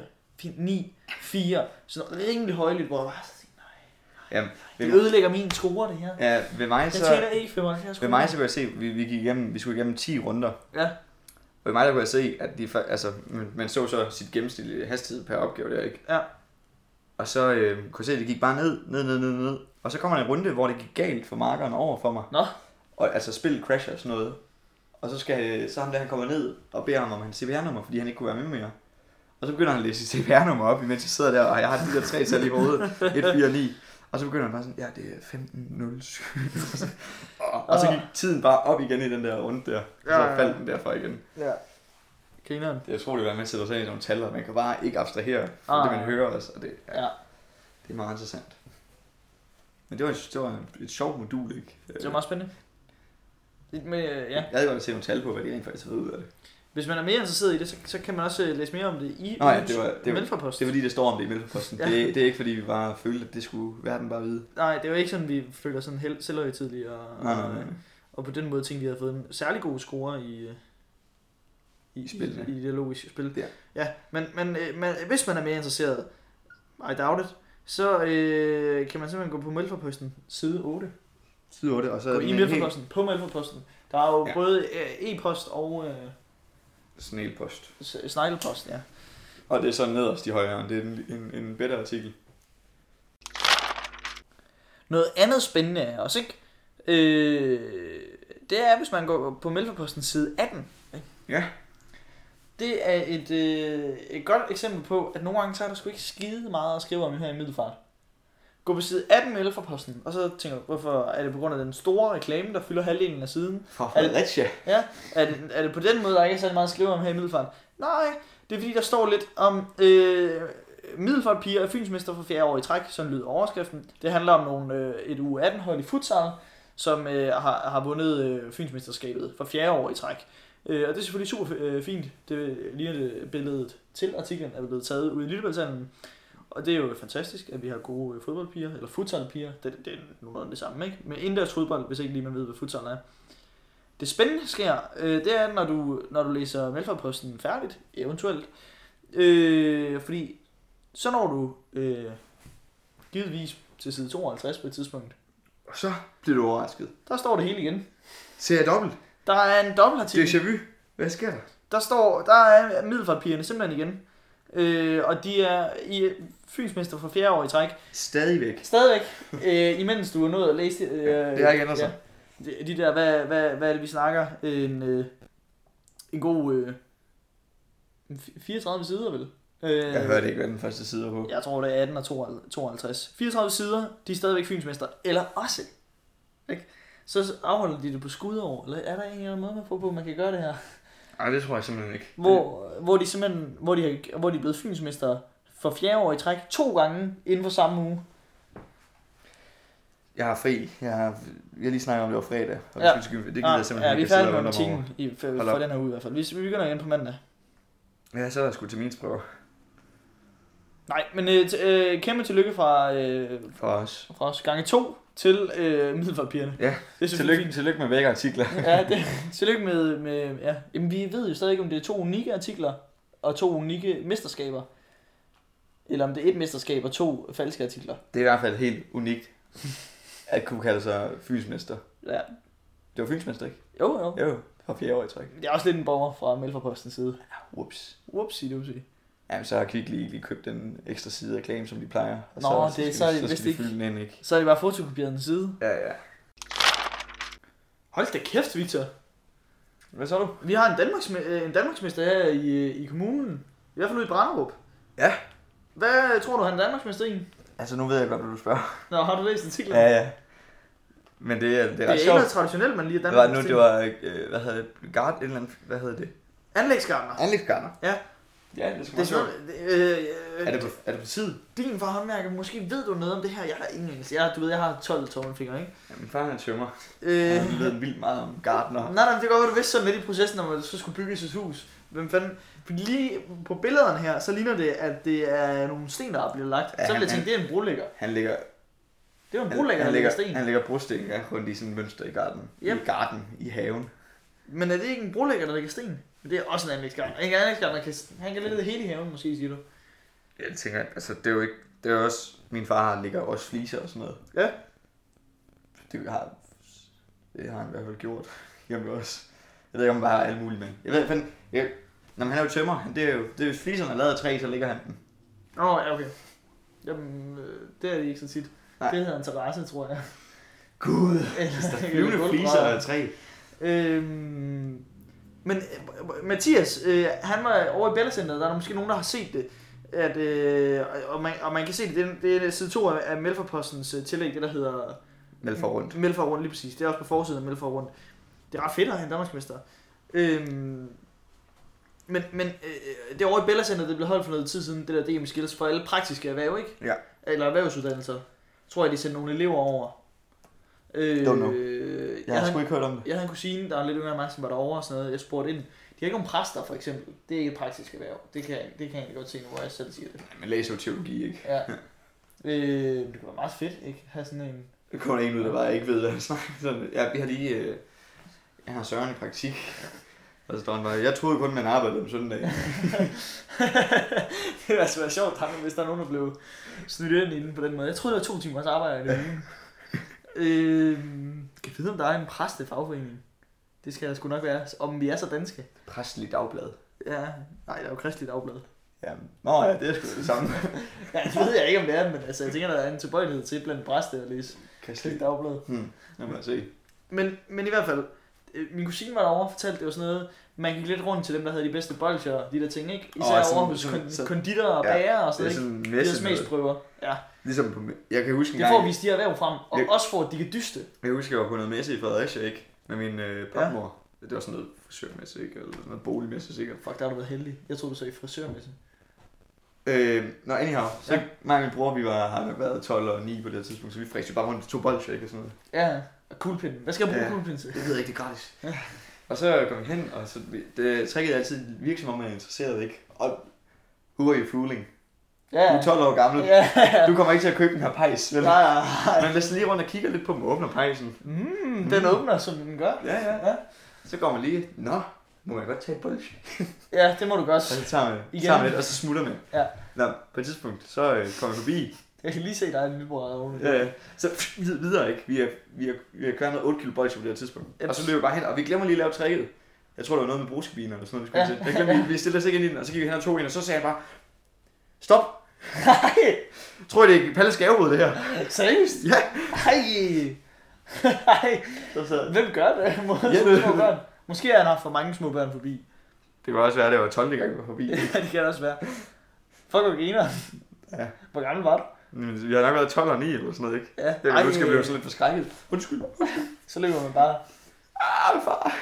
[SPEAKER 1] 9, 4. Sådan rimelig højlydt, hvor jeg bare sådan, nej,
[SPEAKER 2] Jamen, ved,
[SPEAKER 1] det ødelægger min score, det her.
[SPEAKER 2] ja, ved mig
[SPEAKER 1] Jeg
[SPEAKER 2] så...
[SPEAKER 1] tjener ikke 75
[SPEAKER 2] Ved mig så kunne jeg se, vi, vi, gik igennem, vi skulle igennem 10 runder.
[SPEAKER 1] Ja.
[SPEAKER 2] Og ved mig der kunne jeg se, at de, fa- altså, man, man så så sit gennemsnitlige hastighed per opgave der, ikke?
[SPEAKER 1] Ja.
[SPEAKER 2] Og så øh, kunne jeg se, at det gik bare ned, ned, ned, ned, ned. Og så kommer der en runde, hvor det gik galt for markeren over for mig.
[SPEAKER 1] Nå.
[SPEAKER 2] Og altså spillet crasher og sådan noget. Og så skal øh, så ham der, han kommer ned og beder ham om hans CPR-nummer, fordi han ikke kunne være med mere. Og så begynder han at læse sit CPR-nummer op, imens jeg sidder der, og jeg har de der tre tal i hovedet. 1, 4, 9. Og så begynder han bare sådan, ja, det er 15.07. og, og så gik tiden bare op igen i den der runde der. Ja,
[SPEAKER 1] Ja, ja.
[SPEAKER 2] så faldt den derfra igen.
[SPEAKER 1] Ja. Grineren.
[SPEAKER 2] Det er utroligt, hvad man sætter sig ind i nogle tal, og man kan bare ikke abstrahere fra
[SPEAKER 1] Ah.
[SPEAKER 2] det, man hører også. Og det,
[SPEAKER 1] Ja.
[SPEAKER 2] det er meget interessant. Men det var, det var et sjovt modul, ikke?
[SPEAKER 1] Det var meget spændende. Lidt med, øh, ja.
[SPEAKER 2] Jeg havde godt at se nogle tal på, hvad de rent faktisk havde ud af det.
[SPEAKER 1] Hvis man er mere interesseret i det, så, så kan man også øh, læse mere om det i
[SPEAKER 2] Nå ja, det var- det var-
[SPEAKER 1] Mælferpost.
[SPEAKER 2] Det er fordi, det står om det i Mælkeposten.
[SPEAKER 1] Ja.
[SPEAKER 2] ja. det, det er ikke fordi, vi bare følte, at det skulle verden bare vide.
[SPEAKER 1] Nej, det var ikke sådan, vi føler sådan helt selvhøjtidlige og,
[SPEAKER 2] Nej, nej, nej.
[SPEAKER 1] og på den måde tænkte vi, at vi havde fået en særlig god score i, øh, i,
[SPEAKER 2] I spillene.
[SPEAKER 1] i, i dialogisk spil.
[SPEAKER 2] Ja.
[SPEAKER 1] ja men, men, øh, men hvis man er mere interesseret, I doubt it, så øh, kan man simpelthen gå på Mælferposten side 8.
[SPEAKER 2] Side 8, og så er
[SPEAKER 1] Gå
[SPEAKER 2] den
[SPEAKER 1] i
[SPEAKER 2] en
[SPEAKER 1] Mælferposten, på Mælferposten. Der er jo ja.
[SPEAKER 2] Ja.
[SPEAKER 1] både øh, e-post og øh,
[SPEAKER 2] helt Snelpost.
[SPEAKER 1] s- sneglepost, ja.
[SPEAKER 2] Og det er så nederst i højre, det er en, en, en bedre artikel.
[SPEAKER 1] Noget andet spændende er også, ikke? Øh, det er, hvis man går på Mælkeposten side 18. Ikke?
[SPEAKER 2] Ja.
[SPEAKER 1] Det er et, øh, et godt eksempel på, at nogle gange så er der sgu ikke skide meget at skrive om her i Middelfart. Gå på side 18 med Mælkeposten, og så tænker du, hvorfor er det på grund af den store reklame, der fylder halvdelen af siden?
[SPEAKER 2] Fra
[SPEAKER 1] Er det-
[SPEAKER 2] Fredericia.
[SPEAKER 1] Ja, er det, er det på den måde, der ikke er særlig meget at skrive om her i Middelfart? Nej, det er fordi, der står lidt om øh, Middelfart piger er fynsmester for fjerde år i træk, sådan lyder overskriften. Det handler om nogle, øh, et uge 18 hold i futsal, som øh, har, har vundet øh, fynsmesterskabet for fjerde år i træk. Øh, og det er selvfølgelig super øh, fint. Det ligner det billedet til artiklen er blevet taget ud i Lillebæltshallen. Og det er jo fantastisk, at vi har gode øh, fodboldpiger, eller futsalpiger. Det, det er nogenlunde det samme, ikke? Men indendørs fodbold, hvis ikke lige man ved, hvad futsal er. Det spændende sker, øh, det er, når du, når du læser Velfærdsposten færdigt, eventuelt. Øh, fordi så når du øh, givetvis til side 52 på et tidspunkt.
[SPEAKER 2] Og så bliver du overrasket.
[SPEAKER 1] Der står det hele igen.
[SPEAKER 2] Ser jeg dobbelt?
[SPEAKER 1] Der er en dobbeltartikel.
[SPEAKER 2] Déjà vu. Hvad sker der?
[SPEAKER 1] Der står, der er middelfartpigerne simpelthen igen. Øh, og de er i Fynsmester for fjerde år i træk.
[SPEAKER 2] Stadigvæk.
[SPEAKER 1] Stadigvæk, øh, imens du er nået at læse... Øh,
[SPEAKER 2] Ja, det har ikke ændret sig.
[SPEAKER 1] ja. De, de der, hvad, hvad, hvad er det, vi snakker? En, øh, en god... Øh, en fi- 34 sider, vel? Øh,
[SPEAKER 2] Jeg hørte ikke, hvad den første side var på.
[SPEAKER 1] Jeg tror, det er 18 og 52. 34 sider, de er stadigvæk fynsmester. Eller også. Ikke? Så afholder de det på skudår. Eller er der en eller anden måde, man får på, man kan gøre det her?
[SPEAKER 2] Nej, det tror jeg simpelthen ikke.
[SPEAKER 1] Hvor, hvor de simpelthen, hvor de, har, hvor de er blevet fynsmester for fjerde år i træk, to gange inden for samme uge.
[SPEAKER 2] Jeg har fri. Jeg har, jeg har lige snakket om, det var fredag. Og
[SPEAKER 1] Ja. Ah,
[SPEAKER 2] det, synes jeg, det gider jeg simpelthen
[SPEAKER 1] ja, vi er
[SPEAKER 2] ikke at sidde
[SPEAKER 1] færdige
[SPEAKER 2] og
[SPEAKER 1] med
[SPEAKER 2] undre mig
[SPEAKER 1] butikken i, for,
[SPEAKER 2] Hold
[SPEAKER 1] for
[SPEAKER 2] op.
[SPEAKER 1] den her uge i hvert fald. Vi, vi begynder igen på mandag.
[SPEAKER 2] over. Ja, så er jeg sgu til min prøve
[SPEAKER 1] Nej, men øh, t- øh, kæmpe tillykke fra, øh,
[SPEAKER 2] for os.
[SPEAKER 1] fra os gange to til øh, middelfartpigerne.
[SPEAKER 2] Ja,
[SPEAKER 1] det er selvfølgelig
[SPEAKER 2] Tillykke, tillykke med begge artikler.
[SPEAKER 1] fint. Ja, det, tillykke med, med ja. Jamen, vi ved jo stadig ikke, om det er to unikke artikler og to unikke mesterskaber. Eller om det er et mesterskab og to falske artikler.
[SPEAKER 2] Det er i hvert fald helt unikt, at kunne kalde sig fynsmester.
[SPEAKER 1] Ja.
[SPEAKER 2] Det var fynsmester, ikke?
[SPEAKER 1] Jo, jo.
[SPEAKER 2] Jo, fra fjerde år i træk.
[SPEAKER 1] Det er også lidt en borger fra Melforpostens side.
[SPEAKER 2] Whoops.
[SPEAKER 1] Whoopsie doopsie.
[SPEAKER 2] Jamen, så har Kvick lige, lige købt den ekstra side af reklame, som de plejer. Og
[SPEAKER 1] Nå,
[SPEAKER 2] så,
[SPEAKER 1] det-
[SPEAKER 2] skal
[SPEAKER 1] så er
[SPEAKER 2] de,
[SPEAKER 1] det
[SPEAKER 2] så
[SPEAKER 1] vist
[SPEAKER 2] skal de
[SPEAKER 1] ikke-
[SPEAKER 2] fylde den ind, ikke?
[SPEAKER 1] Så er det bare fotokopieret en side.
[SPEAKER 2] Ja, ja.
[SPEAKER 1] Hold da kæft, Victor.
[SPEAKER 2] Hvad så du?
[SPEAKER 1] Vi har en, Danmarks, øh, en Danmarksmester her i, øh, i kommunen. I hvert fald ude i Branderup.
[SPEAKER 2] Ja.
[SPEAKER 1] Hvad tror du, han er Danmarksmester i?
[SPEAKER 2] Altså, nu ved jeg godt, hvad du spørger.
[SPEAKER 1] Nå, har du læst artiklen?
[SPEAKER 2] Ja, ja. Men det, er- det er
[SPEAKER 1] Det
[SPEAKER 2] ret
[SPEAKER 1] er ikke
[SPEAKER 2] sjovt.
[SPEAKER 1] noget traditionelt, man lige er
[SPEAKER 2] Det var nu,
[SPEAKER 1] Danmarksmester
[SPEAKER 2] det var, øh, hvad hedder det, Gard, et eller andet, hvad hedder det?
[SPEAKER 1] i. Anlægsgartner.
[SPEAKER 2] Anlægsgartner.
[SPEAKER 1] Ja.
[SPEAKER 2] Ja, det skal
[SPEAKER 1] Det er sådan, noget- øh, øh,
[SPEAKER 2] Er det på, er det på tid?
[SPEAKER 1] Din far håndværker, måske ved du noget om det her. Jeg har ingen anelse. Jeg, du ved, jeg har 12 tommelfingre, ikke?
[SPEAKER 2] Ja, min far han er tømmer.
[SPEAKER 1] Øh,
[SPEAKER 2] Han ved vildt meget om gardner.
[SPEAKER 1] nej, nej, men det kan godt være, du vidste så midt i processen, om at der så skulle bygges et hus. Hvem fanden? For lige på billederne her, så ligner det, at det er nogle sten, der er blevet lagt.
[SPEAKER 2] Ja,
[SPEAKER 1] så ville jeg
[SPEAKER 2] han-
[SPEAKER 1] tænke, det er en brolægger.
[SPEAKER 2] Han lægger,
[SPEAKER 1] Det er jo en
[SPEAKER 2] han,
[SPEAKER 1] brolægger, der
[SPEAKER 2] han
[SPEAKER 1] lægger
[SPEAKER 2] lægger,
[SPEAKER 1] sten.
[SPEAKER 2] han lægger brosten ja, rundt i sådan et mønster i garden.
[SPEAKER 1] Yep.
[SPEAKER 2] I garden, i haven.
[SPEAKER 1] Men er det ikke en brolægger, der lægger sten? Men det er også en anlægsgartner. En anlægsgartner, kan, han kan lægge det hele i haven, måske, siger du.
[SPEAKER 2] Jeg tænker, altså det er jo ikke, det er jo også, min far han lægger også fliser og sådan noget.
[SPEAKER 1] Ja.
[SPEAKER 2] Det har, det har han i hvert fald gjort hjemme også. Jeg ved ikke, om han bare er alt muligt med. Jeg ved, fanden, jeg, Nå, men han er jo tømmer. Han, det er jo, det er, hvis fliserne er lavet af træ, så ligger han den.
[SPEAKER 1] Åh, oh, ja, okay. Jamen, øh, det er det ikke så tit. Nej.
[SPEAKER 2] Nej.
[SPEAKER 1] Det hedder en terrasse, tror jeg.
[SPEAKER 2] Gud,
[SPEAKER 1] Eller-
[SPEAKER 2] der er flyvende fliser af træ.
[SPEAKER 1] Øhm, men øh, Mathias, øh, han var over i Bellacenteret, der er der måske nogen, der har set det. At, øh, og, man, og man kan se det, det er, det er side 2 af, af Melforpostens øh, tillæg, det der hedder
[SPEAKER 2] Melfor rundt.
[SPEAKER 1] Mm. Melfor Rundt, lige præcis. Det er også på forsiden af Melfor Rundt. Det er ret fedt at han er Danmarksmester. Øhm, men, men øh, det er over i Bella Center, det blev holdt for noget tid siden, det der DM Skills for alle praktiske erhverv, ikke?
[SPEAKER 2] Ja.
[SPEAKER 1] Eller erhvervsuddannelser. Tror jeg, de sendte nogle elever over. Øh,
[SPEAKER 2] Don't know.
[SPEAKER 1] Jeg,
[SPEAKER 2] Jeg har
[SPEAKER 1] havde,
[SPEAKER 2] sgu ikke hørt om det.
[SPEAKER 1] jeg havde en kusine, der er lidt yngre end mig, som var derovre og sådan noget. Jeg spurgte ind. har ikke nogen præster, for eksempel. Det er ikke et praktisk erhverv. Det kan, jeg- det kan jeg egentlig godt se nu, hvor jeg selv siger det.
[SPEAKER 2] Man læser jo teologi, ikke?
[SPEAKER 1] Ja. øh, det kunne være meget fedt, ikke? Have sådan en...
[SPEAKER 2] Der kommer der en ud, der bare ikke ved, hvad jeg snakker sådan. Ja, vi har lige... Øh, jeg har Søren i praktik. Og så står han bare, jeg troede kun, man arbejdede om søndag.
[SPEAKER 1] det ville altså være sjovt, tanke, hvis der er nogen, der blev snydt ind i den på den måde. Jeg troede, det var to timers arbejde. i ugen. øh, kan vide, om der er en præst i fagforeningen? Det skal der sgu nok være, om vi er så danske.
[SPEAKER 2] Præstelig dagblad.
[SPEAKER 1] Ja, nej, der er jo kristeligt dagblad.
[SPEAKER 2] Ja, nå ja, det er sgu da det samme.
[SPEAKER 1] Ja, det ved jeg ikke, om det er, men altså, jeg tænker, der er en tilbøjelighed til blandt præster at læse kristeligt
[SPEAKER 2] Kristelig.
[SPEAKER 1] dagblad.
[SPEAKER 2] Hmm. Nu må jeg se.
[SPEAKER 1] Men, men i hvert fald, øh, min kusine var derovre og fortalte, det var sådan noget, man gik lidt rundt til dem, der havde de bedste bolcher og de der ting, ikke? Især
[SPEAKER 2] Åh,
[SPEAKER 1] oh,
[SPEAKER 2] sådan-
[SPEAKER 1] over hos
[SPEAKER 2] sådan-
[SPEAKER 1] kon-
[SPEAKER 2] sådan-
[SPEAKER 1] konditorer og
[SPEAKER 2] ja,
[SPEAKER 1] bager og
[SPEAKER 2] Det
[SPEAKER 1] sådan
[SPEAKER 2] er
[SPEAKER 1] noget,
[SPEAKER 2] sådan en
[SPEAKER 1] ikke? De der
[SPEAKER 2] messe noget.
[SPEAKER 1] smagsprøver. Ja,
[SPEAKER 2] Ligesom på, jeg kan huske en
[SPEAKER 1] det
[SPEAKER 2] gang,
[SPEAKER 1] får vi de her erhverv frem, og
[SPEAKER 2] Jeg-
[SPEAKER 1] også for, at de kan dyste.
[SPEAKER 2] jeg husker, jeg var på noget messe i Fredericia, ikke? Med min øh, papmor. Ja. Det var sådan noget frisørmesse, ikke? Eller sådan noget boligmesse, sikkert.
[SPEAKER 1] Fuck, der har du været heldig. Jeg troede, du så i frisørmesse.
[SPEAKER 2] Øh, nå, anyhow. Så
[SPEAKER 1] Ja.
[SPEAKER 2] ja. mig og min bror, vi var, har nok været 12 og 9 på det her tidspunkt, så vi fræste jo bare rundt to bolcher, ikke? Og sådan noget.
[SPEAKER 1] Ja, og kuglepinden. Hvad skal jeg bruge ja.
[SPEAKER 2] Ja.
[SPEAKER 1] kuglepinden til?
[SPEAKER 2] Det ved jeg ikke, det er gratis. Og så kom vi hen, og så, det tricket altid virkede som om, man er interesseret, ikke? Og who are you fooling?
[SPEAKER 1] Ja,
[SPEAKER 2] Du er 12 år gammel.
[SPEAKER 1] ja.
[SPEAKER 2] Du kommer ikke til at købe den her pejs, vel?
[SPEAKER 1] Nej, nej, nej.
[SPEAKER 2] Man læser lige rundt og kigger lidt på dem og åbner pejsen.
[SPEAKER 1] Mm, den åbner, som den gør.
[SPEAKER 2] Ja, ja.
[SPEAKER 1] Ja,
[SPEAKER 2] Så går man lige, nå, må man godt tage et bolsje?
[SPEAKER 1] ja det må du godt.
[SPEAKER 2] Og så tager man,
[SPEAKER 1] Igen.
[SPEAKER 2] tager man lidt, og så smutter man.
[SPEAKER 1] Ja.
[SPEAKER 2] Nå, på et tidspunkt, så øh, kommer jeg forbi.
[SPEAKER 1] Jeg kan lige se dig, min bror, oven.
[SPEAKER 2] Ja, ja. Så pff, vid- videre, ikke? Vi har, vi har, vi har kværnet 8 kilo bolsje på det her tidspunkt.
[SPEAKER 1] Yep.
[SPEAKER 2] Og så løber vi bare hen, og vi glemmer lige at lave tricket. Jeg tror, det var noget med brugskabiner eller sådan noget, vi skulle
[SPEAKER 1] Ja.
[SPEAKER 2] ja. til. Jeg glemte, lige- vi stillede os ikke ind i den, og så gik vi hen og tog en, og så sagde jeg bare, stop,
[SPEAKER 1] Nej,
[SPEAKER 2] tror I det er Palles gavebrud, det her?
[SPEAKER 1] seriøst?
[SPEAKER 2] Ja.
[SPEAKER 1] Ej. Ej.
[SPEAKER 2] Så sad
[SPEAKER 1] Hvem gør det mod
[SPEAKER 2] Ja,
[SPEAKER 1] ja,
[SPEAKER 2] det-
[SPEAKER 1] små børn? Måske har han haft for mange små børn forbi.
[SPEAKER 2] Det kan også være, at det var 12. gang, vi var forbi.
[SPEAKER 1] Ja, det kan det også være. Fuck, hvor griner.
[SPEAKER 2] Ja.
[SPEAKER 1] Hvor gammel var du?
[SPEAKER 2] Men vi har nok været 12 og 9 eller sådan noget, ikke?
[SPEAKER 1] Ja.
[SPEAKER 2] Jeg kan huske, jeg blev sådan lidt forskrækket. Undskyld.
[SPEAKER 1] Så løber man bare.
[SPEAKER 2] Ah, far.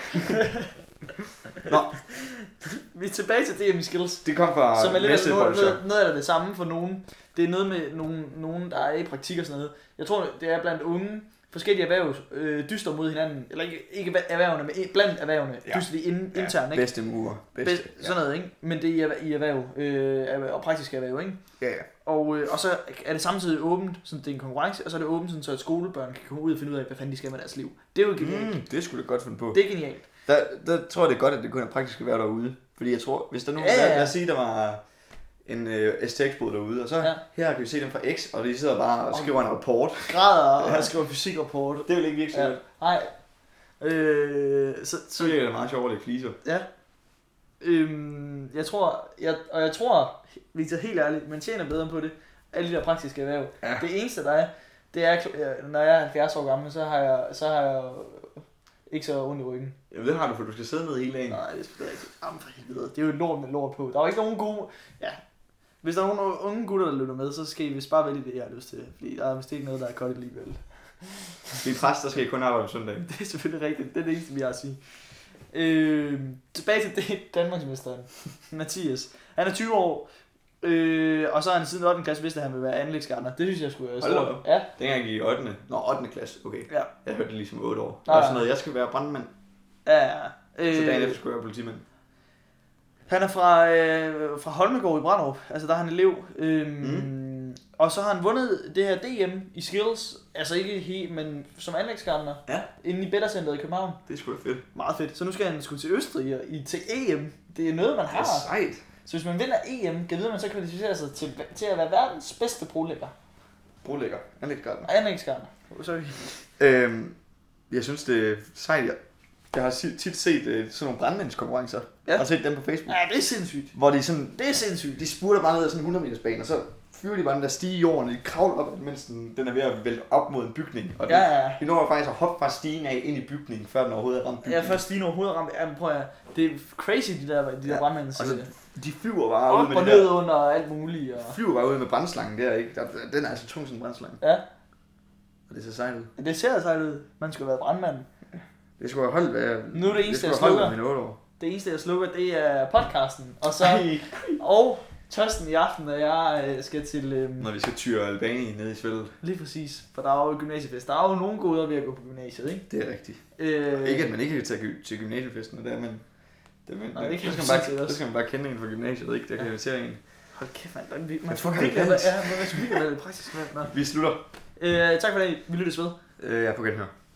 [SPEAKER 1] Vi er tilbage til DM skills.
[SPEAKER 2] Det kom fra
[SPEAKER 1] Som er lidt altså
[SPEAKER 2] næste
[SPEAKER 1] noget,
[SPEAKER 2] bolsjer.
[SPEAKER 1] noget, noget af det samme for nogen. Det er noget med nogen, nogen, der er i praktik og sådan noget. Jeg tror, det er blandt unge. Forskellige erhverv øh, dyster mod hinanden. Eller ikke, ikke erhvervene, men blandt erhvervene. Ja.
[SPEAKER 2] Ja.
[SPEAKER 1] Dyster de ind, ja. internt, ikke?
[SPEAKER 2] Bedste murer.
[SPEAKER 1] Bedst,
[SPEAKER 2] Bedste.
[SPEAKER 1] sådan noget, ikke? Men det er i erhverv- i erhverv, øh, erhverv- og praktiske erhverv, ikke?
[SPEAKER 2] Ja, ja.
[SPEAKER 1] Og, øh, og så er det samtidig åbent, så det er en konkurrence, og så er det åbent, sådan, så at skolebørn kan komme ud og finde ud af, hvad fanden de skal med deres liv. Det er jo genialt.
[SPEAKER 2] Mm, det skulle du godt finde på.
[SPEAKER 1] Mm. Det er genialt.
[SPEAKER 2] Der, der tror jeg, det er godt, at det kun er praktisk at være derude. Fordi jeg tror, hvis der nu,
[SPEAKER 1] Ja,
[SPEAKER 2] ja,
[SPEAKER 1] ja, ja.
[SPEAKER 2] ja. lad os sige, der var en øh, STX-bod derude, og så
[SPEAKER 1] Ja.
[SPEAKER 2] ja. her kan vi se dem fra X, og de sidder bare og
[SPEAKER 1] Om-
[SPEAKER 2] skriver en rapport.
[SPEAKER 1] Grader
[SPEAKER 2] Ja.
[SPEAKER 1] og skriver fysikrapport.
[SPEAKER 2] Det vil ikke virke så
[SPEAKER 1] Ja.
[SPEAKER 2] ja.
[SPEAKER 1] Nej. Øh, så,
[SPEAKER 2] Så virker det meget sjovt at lægge fliser.
[SPEAKER 1] ja. Øhm, jeg tror, jeg, og jeg tror, Victor, helt ærligt, man tjener bedre på det. Alle de der praktiske erhverv.
[SPEAKER 2] Ja.
[SPEAKER 1] Det eneste, der er, det er, øh, når jeg er 70 år gammel, så har jeg, så har jeg øh, ikke så ondt i ryggen.
[SPEAKER 2] Jamen det har du, for du skal sidde ned hele dagen.
[SPEAKER 1] Nej, det er sgu da rigtigt. Jamen for helvede, det er jo lort med lort på. Der er jo ikke nogen gode... Ja. Hvis der er nogen unge gutter, der lytter med, så skal I vist bare vælge det, jeg har lyst til. Fordi der er vist ikke noget, der er koldt alligevel.
[SPEAKER 2] Vi er præst, der skal I kun arbejde om søndagen.
[SPEAKER 1] Det er selvfølgelig rigtigt. Det er det eneste, vi har at sige. Øh, tilbage til det, Danmarksmesteren. Mathias. Han er 20 år. Øh, og så har han siden 8. klasse vidst, at han vil være anlægsgartner. Det synes jeg skulle være
[SPEAKER 2] Hold da
[SPEAKER 1] stort.
[SPEAKER 2] op.
[SPEAKER 1] Ja,
[SPEAKER 2] Dengang jeg gik i 8. Nå, 8. klasse, okay.
[SPEAKER 1] Ja.
[SPEAKER 2] Jeg hørte det lige som 8 år.
[SPEAKER 1] Ja,
[SPEAKER 2] Ja, og
[SPEAKER 1] ja.
[SPEAKER 2] sådan noget, jeg skal være brandmand,
[SPEAKER 1] ja.
[SPEAKER 2] øh... så dagen
[SPEAKER 1] Øh,
[SPEAKER 2] efter skulle jeg være politimand.
[SPEAKER 1] Han er fra, øh, fra Holmegård i Brandrup, altså der er han elev. Øhm, mm. Og så har han vundet det her DM i Skills, altså ikke he, men som anlægsgartner,
[SPEAKER 2] Ja.
[SPEAKER 1] inde i Bettercenteret i København.
[SPEAKER 2] Det skulle sgu da fedt.
[SPEAKER 1] Meget fedt. Så nu skal han sgu til Østrig og i, til EM. Det er noget, man
[SPEAKER 2] Det
[SPEAKER 1] har.
[SPEAKER 2] er sejt.
[SPEAKER 1] Så hvis man vinder EM, kan vide, om man så kvalificerer sig til, til at være verdens bedste brolægger.
[SPEAKER 2] Brolægger. Han er lidt godt.
[SPEAKER 1] Nej, anlægsgartner. Oh, sorry.
[SPEAKER 2] Øhm, jeg synes, det er sejt. Jeg, jeg har si- tit set øh, sådan nogle brandmandskonkurrencer.
[SPEAKER 1] Ja.
[SPEAKER 2] Ja. Jeg har set dem på Facebook.
[SPEAKER 1] Ja, det er sindssygt.
[SPEAKER 2] Hvor de sådan,
[SPEAKER 1] Det er sindssygt.
[SPEAKER 2] de spurter bare ned ad sådan en 100 meters bane, og så fyrer de bare den der stige i jorden, og de kravler op, mens den, den er ved at vælte op mod en bygning. Og den,
[SPEAKER 1] Ja, ja, ja.
[SPEAKER 2] de når faktisk at hoppe fra stigen af ind i bygningen, før den overhovedet er ramt
[SPEAKER 1] Jeg
[SPEAKER 2] bygningen.
[SPEAKER 1] er først lige nu overhovedet ramt. Jamen, prøv at høre. Det er crazy, de der, de der ja.
[SPEAKER 2] Ja.
[SPEAKER 1] brandmænd.
[SPEAKER 2] Og så de flyver bare ud
[SPEAKER 1] Op
[SPEAKER 2] med
[SPEAKER 1] og
[SPEAKER 2] det der-
[SPEAKER 1] ned under og alt muligt. Og...
[SPEAKER 2] flyver bare ud med brændslangen der, ikke? Der- der- Den er altså tung som en brændslange.
[SPEAKER 1] Ja.
[SPEAKER 2] Og det ser sejt ud.
[SPEAKER 1] Det ser sejt ud. Man skulle være brandmand.
[SPEAKER 2] Det skulle jeg holde, hvad jeg...
[SPEAKER 1] Nu er det eneste, jeg
[SPEAKER 2] jeg holde
[SPEAKER 1] slukker.
[SPEAKER 2] med mine 8 år.
[SPEAKER 1] Det eneste, jeg slukker, det er podcasten. Og så
[SPEAKER 2] Ej.
[SPEAKER 1] og tørsten i aften, når jeg øh, skal til... Øhm,
[SPEAKER 2] Når vi skal tyre Albanien ned i svældet.
[SPEAKER 1] lige præcis, for der er jo gymnasiefest. Der er jo nogen goder ved at gå på gymnasiet, ikke?
[SPEAKER 2] Det er rigtigt.
[SPEAKER 1] Øh,
[SPEAKER 2] Ikke at man ikke kan tage gy- til gymnasiefesten, og det er, men Det, men,
[SPEAKER 1] Nej, det kan
[SPEAKER 2] skal
[SPEAKER 1] man
[SPEAKER 2] man
[SPEAKER 1] sådan set
[SPEAKER 2] bare,
[SPEAKER 1] også.
[SPEAKER 2] det skal man bare kende en fra gymnasiet, ikke? Der kan invitere en.
[SPEAKER 1] Hold kæft, man. Man, man, man,
[SPEAKER 2] tror,
[SPEAKER 1] skulle
[SPEAKER 2] han er
[SPEAKER 1] virkelig
[SPEAKER 2] dansk.
[SPEAKER 1] være- ja, man skulle virkelig være lidt praktisk. Man. Nå.
[SPEAKER 2] Vi slutter.
[SPEAKER 1] Øh, tak for i dag. Vi lyttes ved.
[SPEAKER 2] Øh, jeg er på genhør.